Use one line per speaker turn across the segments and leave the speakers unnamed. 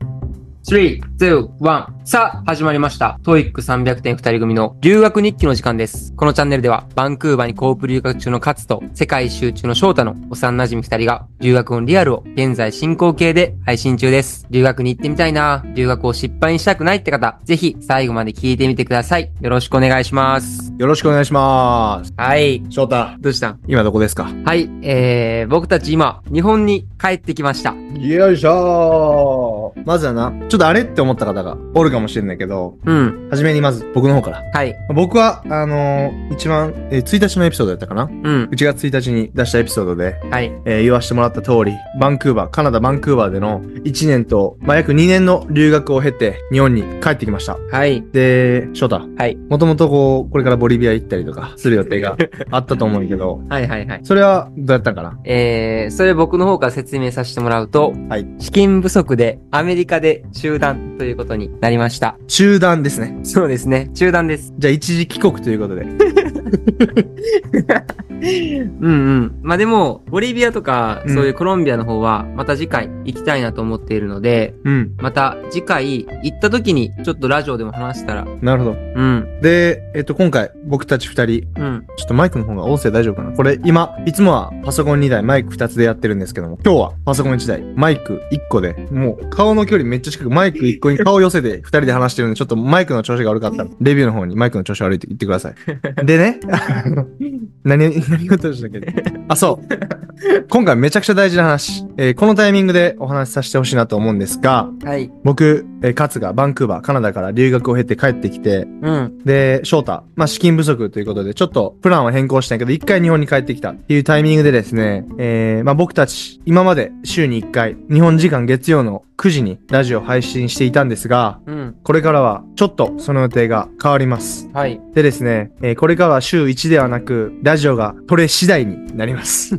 3、2、1。さあ、始まりました。TOEIC300 点2人組の留学日記の時間です。このチャンネルでは、バンクーバーにコープ留学中のカツと、世界一周中の翔太の幼馴染2人が、留学のリアルを現在進行形で配信中です。留学に行ってみたいな留学を失敗にしたくないって方、ぜひ最後まで聞いてみてください。よろしくお願いします。
よろしくお願いします。
はい。
翔太、
どうしたん
今どこですか
はい、えー、僕たち今、日本に帰ってきました。
よいしょまずはな、ちょっとあれって思った方がおるかもしれないけど、
うん。
はじめにまず僕の方から。
はい。
僕は、あのー一番、えー1日のエピソードやったかな
うん。
1月1日に出したエピソードで、
はい。
えー言わせてもらった通り、バンクーバー、カナダ・バンクーバーでの1年と、まあ、約2年の留学を経て、日本に帰ってきました。
はい。
で、翔太、
はい。、
もともとこう、これからボリビア行ったりとかする予定があったと思うけど
はいはいはい。
それはどうやったんかな
えー、それ僕の方から説明させてもらうと、
はい
資金不足でアメリカで中断ということになりました。
中断ですね。
そうですね、中断です。
じゃあ一時帰国ということで。
うんうん。まあでも、ボリビアとか、
うん
そういうコロンビアの方は、また次回行きたいなと思っているので、
うん。
また次回行った時に、ちょっとラジオでも話したら、
なるほど。
うん、
で、えっと、今回僕たち二人、
うん、
ちょっとマイクの方が音声大丈夫かなこれ今、いつもはパソコン2台、マイク2つでやってるんですけども、今日はパソコン1台、マイク1個で、もう顔の距離めっちゃ近く、マイク1個に顔寄せて2人で話してるんで、ちょっとマイクの調子が悪かったら、レビューの方にマイクの調子悪いって言ってください。で ね、あの何、何をどうしたっけあ、そう。今回めちゃくちゃ大事な話、えーこのタイミングでお話しさせてほしいなと思うんですが、
はい、
僕、えー、カツがバンクーバー、カナダから留学を経て帰ってきて、
うん、
で、翔太、まあ、資金不足ということで、ちょっとプランは変更したんやけど、一回日本に帰ってきたっていうタイミングでですね、えー、まあ、僕たち、今まで週に一回、日本時間月曜の9時にラジオ配信していたんですが、
うん、
これからは、ちょっとその予定が変わります。
はい。
でですね、えーこれからは週1ではなく、ラジオが取れ次第になります。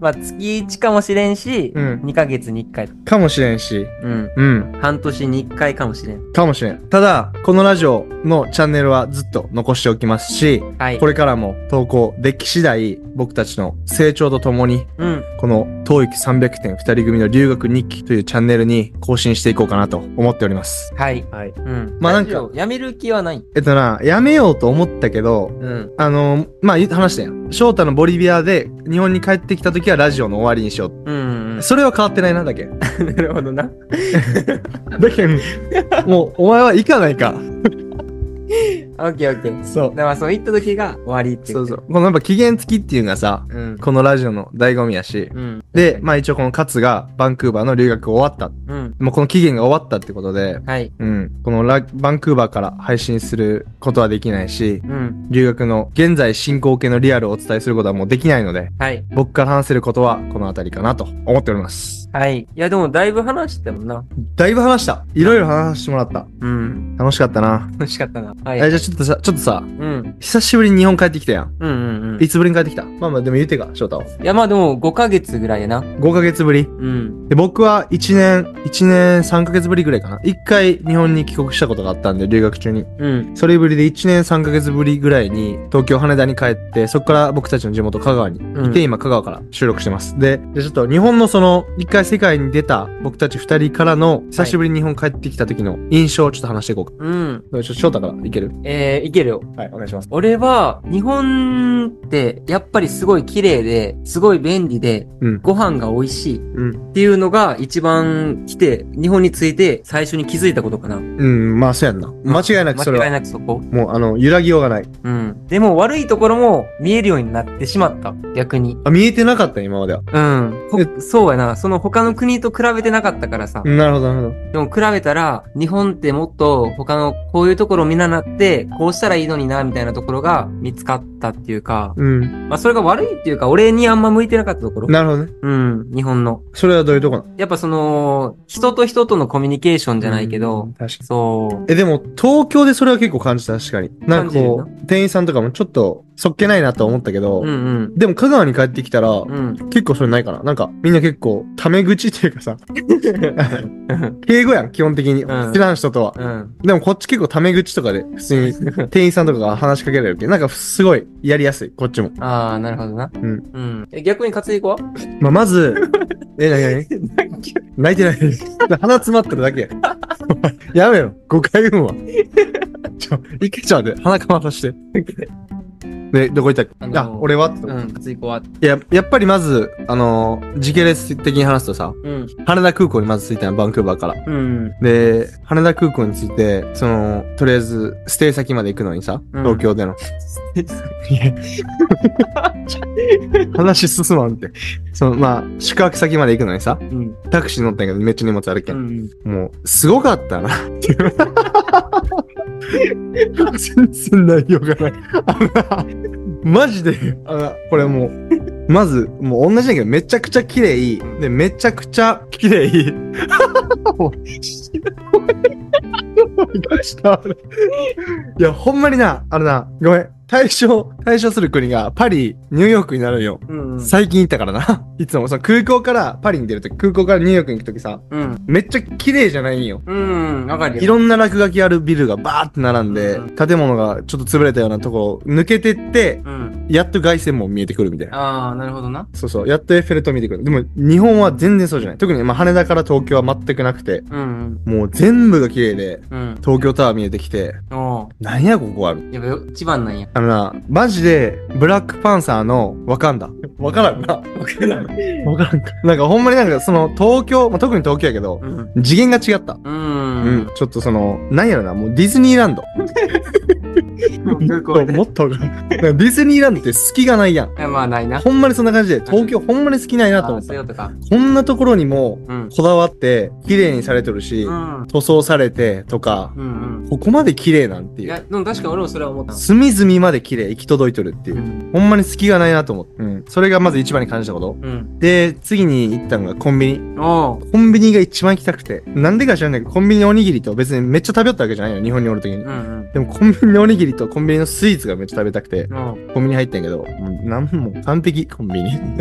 まあ月1かもしれんし、
うん
2ヶ月に1回、
かもしれんし、
うん、
うん。
半年に1回かもしれん。
かもしれん。ただ、このラジオのチャンネルはずっと残しておきますし、
はい。
これからも投稿でき次第、僕たちの成長とともに、
うん、
この TOEIC300 点2人組の留学日記というチャンネルに更新していこうかなと思っております。
はい。
はい。
うん。
まあなんか
ラジオやめる気はない。
えっとな、やめようと思ったけど、
うん。
あのまあ、言う話したやん。翔太のボリビアで日本に帰ってきた時はラジオの終わりにしよう。
うんうん、
それは変わってないな、だけ。
うん。 なるほどな。
だけど、もう、お前は行かないか。
オッケーオッケー。だか
そう。
らまあそういった時が終わりってい
そうそう。このやっぱ期限付きっていうのがさ、
うん。
このラジオの醍醐味やし。
うん。
で、まあ一応このカツがバンクーバーの留学終わった。
うん。
もうこの期限が終わったってことで、
はい。
うん。このラバンクーバーから配信することはできないし、
うん。
留学の現在進行形のリアルをお伝えすることはもうできないので、
はい。
僕から話せることはこの辺りかなと思っております。
はい。いや、でもだいぶ話してたもんな。
だいぶ話した。いろいろ話してもらった。
うん。
楽しかったな。
楽しかったな。は
え、
い。
じゃあちょっとさ、ちょっとさ、
うん。
久しぶりに日本帰ってきたやん。
うんうんうん。
い
い
つぶりに帰ってきたまあまあでも言うてか、翔太は。
や、まあでも5ヶ月ぐらいやな。
5ヶ月ぶり。
うん。
で、僕は1年、1年3ヶ月ぶりぐらいかな。1回日本に帰国したことがあったんで、留学中に。
うん。
それぶりで1年3ヶ月ぶりぐらいに東京羽田に帰って、そこから僕たちの地元香川に
う
い
ん
て、今香川から収録してます。で、でちょっと日本のその、1回世界に出た僕たち2人からの、久しぶりに日本帰ってきた時の印象をちょっと話していこうか。
うん。
どうでしょう翔太からいける
えー、いけるよ。
はい、お願いします。
俺は、日本って、やっぱりすごい綺麗で、すごい便利で、
うん。
ご飯が美味しい。
うん。
っていうのが一番来て、日本について最初に気づいたことかな。
うん、まあそうやんな。間違いなくそれ
間違いな
は。
くそこ。
もうあの、揺らぎようがない。
うん。でも悪いところも見えるようになってしまった。逆に。
あ、見えてなかった今までは。
うん。ほそうやな。その他の国と比べてなかったからさ。
なるほど、なるほど。
でも比べたら、日本ってもっと他のこういうところを見習って、こうしたらいいのにな、みたいなところが見つかったっていうか、
うん。
まあそれが悪いっていうか、俺にあんま向いてなかったところ。
なるほどね。
うん。日本の。
それはどういうとこなの
やっぱその、人と人とのコミュニケーションじゃないけど、
うん確かに。
そう。
え、でも、東京でそれは結構感じた、確かに。なんかこ
感
う、店員さんとかもちょっと、そっけないなと思ったけど、
うんうん。
でも、香川に帰ってきたら、
うん。
結構それないかな。なんか、みんな結構、タメ口っていうかさ、敬語やん、基本的に。
うん
知らん人とは。
うん。
でも、こっち結構タメ口とかで、普通に、 店員さんとかが話しかけられるけど、なんか、すごい、やりやすい、こ っちも。
ああ、なるほどな。
ん
うん。え逆に勝いこは
まあ、まず、え、なになに泣いてない。鼻詰まってるだけや。 やめろ。誤回言うんわ。ちょ、いけちゃうで。鼻かまさして。で、どこ行ったっけ、
あのー
あ、俺はってとこ、
うん、ついこは。
いや、やっぱりまず、あのー時系列的に話すとさ、
うん。
羽田空港にまず着いたの、バンクーバーから。
うん。
で、羽田空港に着いて、その、とりあえず、ステイ先まで行くのにさ、
うん
東京での。 話進まんって。その、まあ、宿泊先まで行くのにさ、
うん。
タクシー乗ったんやけど、めっちゃ荷物あるけ。
うんん。
もう、すごかったな、っていう。全然内容がない。あのマジで、あのこれもう、まず、もう同じだけど、めちゃくちゃ綺麗で、めちゃくちゃ綺麗もう死ぬ思いがしたいや、ほんまにな、あのな、ごめん。対象、対象する国がパリ、ニューヨークになるんよ。
うん。
最近行ったからな。いつもその空港からパリに出るとき、空港からニューヨークに行くときさ、
うん。
めっちゃ綺麗じゃないんよ。
うん。わかるよ。
いろんな落書きあるビルがバーって並んで、
う
建物がちょっと潰れたようなとこを抜けてって、
うん。
やっと凱旋門見えてくるみたいな。
ああ、なるほどな。
そうそう、やっとエッフェル塔見てくる。でも日本は全然そうじゃない。特にまあ羽田から東京は全くなくて、
うん。
もう全部が綺麗で、
うん。
東京タワー見えてきて、
うん。おう
なんやここある。
やっぱよ一番なんや。
あのな、マジで、ブラックパンサーのワカンダ。わからんな。わ
からん。
からんか。なんかほんまになんかその東京、まあ、特に東京やけど
う、ん。
次元が違った。
う
うんん。。ちょっとその、なんやろな、もうディズニーランド。
空港で。
もっとわかんないなんかディズニーランドって隙がないやん。
いやまあ、ないな。
ほんまにそんな感じで、東京ほんまに隙ないな
あ
と思
あ、
っ
そう
た
い。うことか。
こんなところにも、
うん。
こだわって、綺麗にされてるし
う、ん。
塗装されてとか、
うんうん。
ここまで綺麗なんて
い
い
や、
う。
でも確かに俺もそれは思った。
隅々まで綺麗、行き届いとるっていうう。
ん。
ほんまに隙がないなと思って。うん。それがまず一番に感じたこと。
うん。
で、次に行ったのがコンビニ。
おう。
コンビニが一番行きたくて。なんでか知らんないけど、コンビニのおにぎりと別にめっちゃ食べよったわけじゃないよ、日本におるときに
う。ん
でもコンビニのおにぎりとコンビニのスイーツがめっちゃ食べたくて
う、ん。おう。
コンビニ入ったんやけど、うんなんも完璧、コンビニ。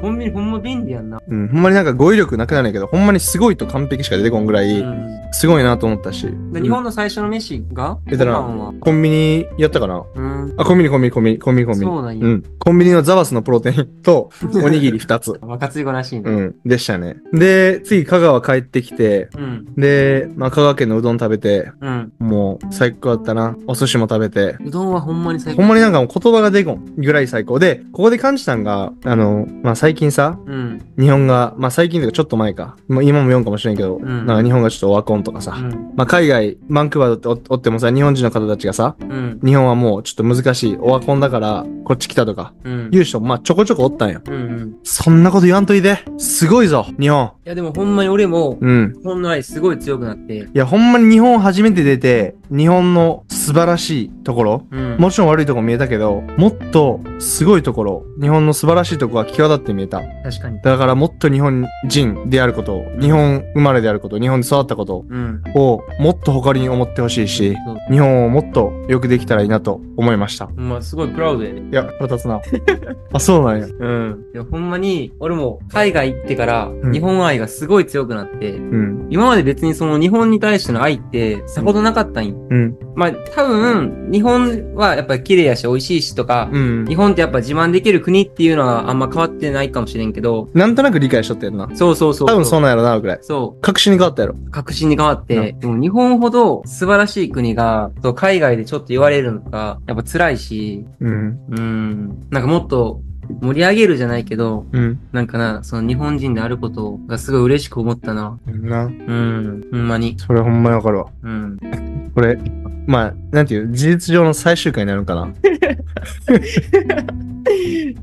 コンビニほんま便利やんな。
うん、ほんまになんか語彙力なくなるんやけど、ほんまにすごいと完璧しか出てこんぐら
う
い、
ん。
すごいなと思ったし。
で日本の最初の飯が
えだから
ご飯は
うんコンビニやったかな
うん。
あ、コンビニコンビニコンビニコンビニコンビニ。
そうなんや
うん。コンビニのザバスのプロテイン と、おにぎり2つ。
若つい子らしいね。
うん。でしたね。で、次、香川帰ってきて、
うん。
で、まあ、香川県のうどん食べて、
うん。
もう、最高だったな。お寿司も食べて。
うどんはほんまに最
ほ
高。
んまになんかもう言葉が出こんぐらい最高。で、ここで感じたんが、あの、まあ、最近さ、
うん。
日本が、まあ、最近というかちょっと前か。もう今も読んかもしれんけど、
ん
なんか日本がちょっとオワコンとかさ。
うん。
まあ、海外、バンクーバーでおおってもさ、日本人の方たちがさ、
うん。
日本はもうちょっと難しい、オワコンだから、こっち来たとか、
うん。
言う人もまあちょこちょこおったんよ。
うんうん。い
そんなこと言わんといて。すごいぞ、日本。
や、でもほんまに俺も、
うん。
日本の愛すごい強くなって。
いや、ほんまに日本初めて出て、日本の素晴らしいところ、
うん。
もちろん悪いとこ見えたけど、もっとすごいところ、日本の素晴らしいところが際立って見えた。
確かに。
だからもっと日本人であること、日本生まれであること、日本で育ったこと
うん。
をもっと誇りに思ってほしいし、
そう
日本をもっとよくできたらいいなと思いました。
ほんま、すごいプラウドやね。
いや、腹立つな。あ、そうなんや。
うん。いや、ほんまに、俺も海外行ってから、
ん
日本愛がすごい強くなって、
うん。
今まで別にその日本に対しての愛って、さほどなかったんよ。
うん。
まあ、多分、日本はやっぱ綺麗やし、美味しいしとか、
うん
日。本ってやっぱ自慢できる国っていうのはあんま変わってないかもしれんけど、
なんとなく理解しとったやんな。
そうそうそう。
多分そうなんやろな、ぐらい。
そ
確信に変わったやろ。
う。確信に変わって、でも日本ほど素晴らしい国が、そう海外でちょっと言われるのが、やっぱ辛いし、
うん。
うん、なんかもっと盛り上げるじゃないけど、
うん。
なんかな、その日本人であることがすごい嬉しく思ったな。
な。
うん、ほんまに。
それほんまにわかるわ。
うん。
これ、まあ、なんていう、事実上の最終回になるんかな。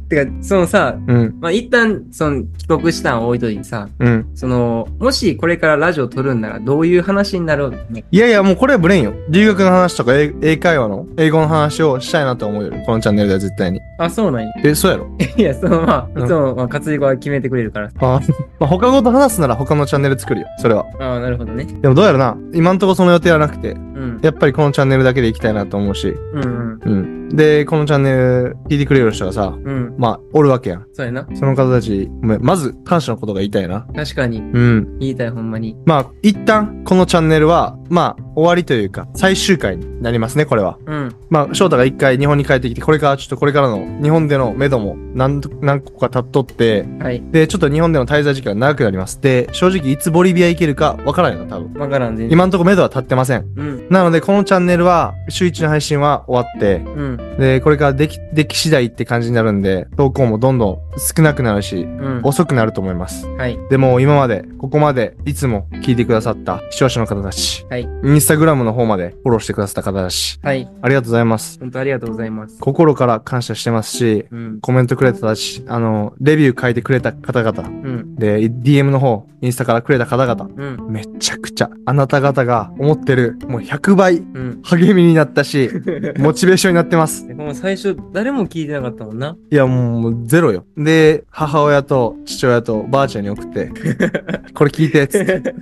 てか、そのさ、
うん。
まあ、一旦、その、帰国したん置いといてさ、
うん。
その、もしこれからラジオ撮るんならどういう話になるの
いやいや、もうこれはブレんよ。留学の話とか、英英会話の、英語の話をしたいなと思うより、このチャンネルでは絶対に。
あ、そうなんや。
え、そうやろ
いや、そのま
う
あ、
ん
いつも、まあ、勝井子は決めてくれるから。
あ まあ、他語と話すなら他のチャンネル作るよ。それは。
ああ、なるほどね。
でもどうやらな、今んとこその予定はなくて、
うん。
やっぱりこのチャンネルだけで行きたいなと思うし。
うん
うん。で、このチャンネル聞いてくれる人がさ、
うん。うん。
まあ、おるわけやん。
そうやな。
その方たち、ごめんまず感謝のことが言いたいな。
確かに。
うん。
言いたい、ほんまに。
まあ、一旦、このチャンネルは、まあ、終わりというか、最終回になりますね、これは。
うん。
まあ、翔太が一回日本に帰ってきて、これからちょっとこれからの日本での目処も何と何個か経っとって、
はい。
で、ちょっと日本での滞在時間が長くなります。で、正直いつボリビア行けるかわからないの、多分。
わからん、全然。
今んとこ目処は立ってません。
うん。
なので、このチャンネルは、週一の配信は終わって、
うん。
で、これからでき、でき次第って感じになるんで、投稿もどんどん少なくなるし、
うん。
遅くなると思います。
はい。
でも今まで、ここまで、いつも聞いてくださった視聴者の方たち、
はい。
インスタグラムの方までフォローしてくださった方たち、
はい。
ありがとうございます。
本当ありがとうございます。
心から感謝してますし、
うん。
コメントくれた方たち、あの、レビュー書いてくれた方々、
うん。
で、DM の方、インスタからくれた方々、
うん。
めちゃくちゃ、あなた方が思ってる、もう100倍、
うん。
励みになった し、モチベーションになってます。
もう最初、誰も聞いてなかったもんな。
いや、もう、ゼロよ。で、母親と父親とばあちゃんに送 って、これ聞いてっつって、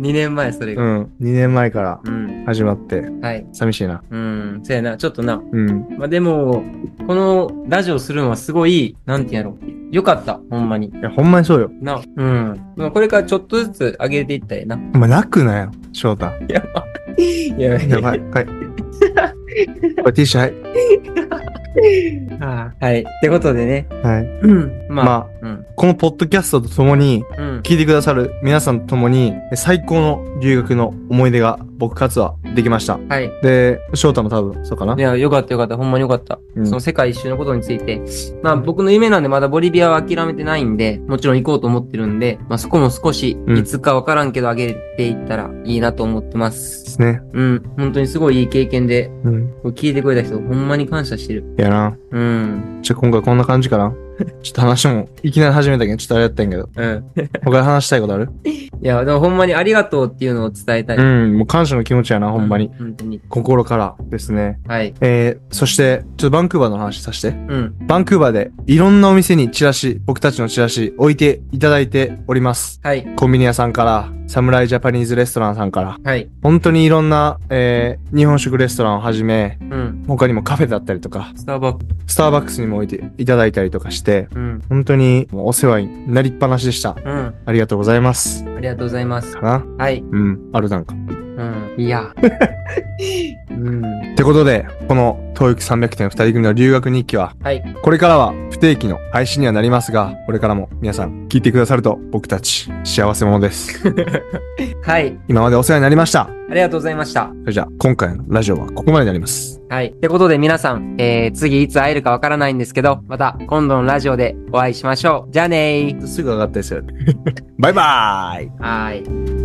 2年前、それ
う
が。
ん。2年前から
うん。
始まって、
はい。
寂しいな。
うん。そやな、ちょっとな。
うん。
まあ、でも、このラジオするのはすごい、なんていうんやろ。よかった、ほんまに。
いや、ほんまにそうよ。
な。うん。まあこれからちょっとずつ上げていったらええな。
お前、泣くなよ、翔太。
いや
やばい。 はい。これ T シャツ、
ああはい。ってことでね。
はい。はい。
うん。まあ、
ま
うん。
このポッドキャストとともに、
うん。
聞いてくださる皆さんとともに、最高の留学の思い出が僕かつはできました。
はい。。
で、翔太も多分、そうかない
や、よかったよかった。ほんまによかった。
うん
その世界一周のことについて。まあ僕の夢なんでまだボリビアは諦めてないんで、もちろん行こうと思ってるんで、まあそこも少し、
うん
いつかわからんけど上げていったらいいなと思ってま。
ですすね。
うん。本当にすごいいい経験で、
うん。
これ聞いてくれた人、ほんまに感謝してる。
いやな。
うん。
じゃあ今回こんな感じか なちょっと話も、いきなり始めたけど、ちょっとあれやったんやけ ど。
うん。
他に話したいことある
いや、でもほんまにありがとうっていうのを伝えたい。
うん、もう感謝の気持ちやな、ほんま
う
に。
本当に。
心からですね。
はい。
えー、そして、ちょっとバンクーバーの話させて。
うん。
バンクーバーで、いろんなお店にチラシ、僕たちのチラシ、置いていただいております。
はい。
コンビニ屋さんから、サムライジャパニーズレストランさんから、
はい。
本当にいろんな、えー、日本食レストランをはじめ、
うん。
他にもカフェだったりとか、
スターバック。
スターバックスにも置いていただいたりとかして、
うん。
本当にもうお世話になりっぱなしでした。
うん。
ありがとうございます。
ありがとうございます
か。な
はい。
うん、あるなんか。
うん。いや。うん。
ってことで、この TOEIC 300点2人組の留学日記は、
はい。
これからは不定期の配信にはなりますが、これからも皆さん聞いてくださると僕たち幸せ者です。
はい。
今までお世話になりました。
ありがとうございました。
それじゃあ、今回のラジオはここまでになります。
はい。ってことで皆さん、えー、次いつ会えるかわからないんですけど、また今度のラジオでお会いしましょう。じゃあねー。
すぐ上がったりする。バイバーイ
はーい。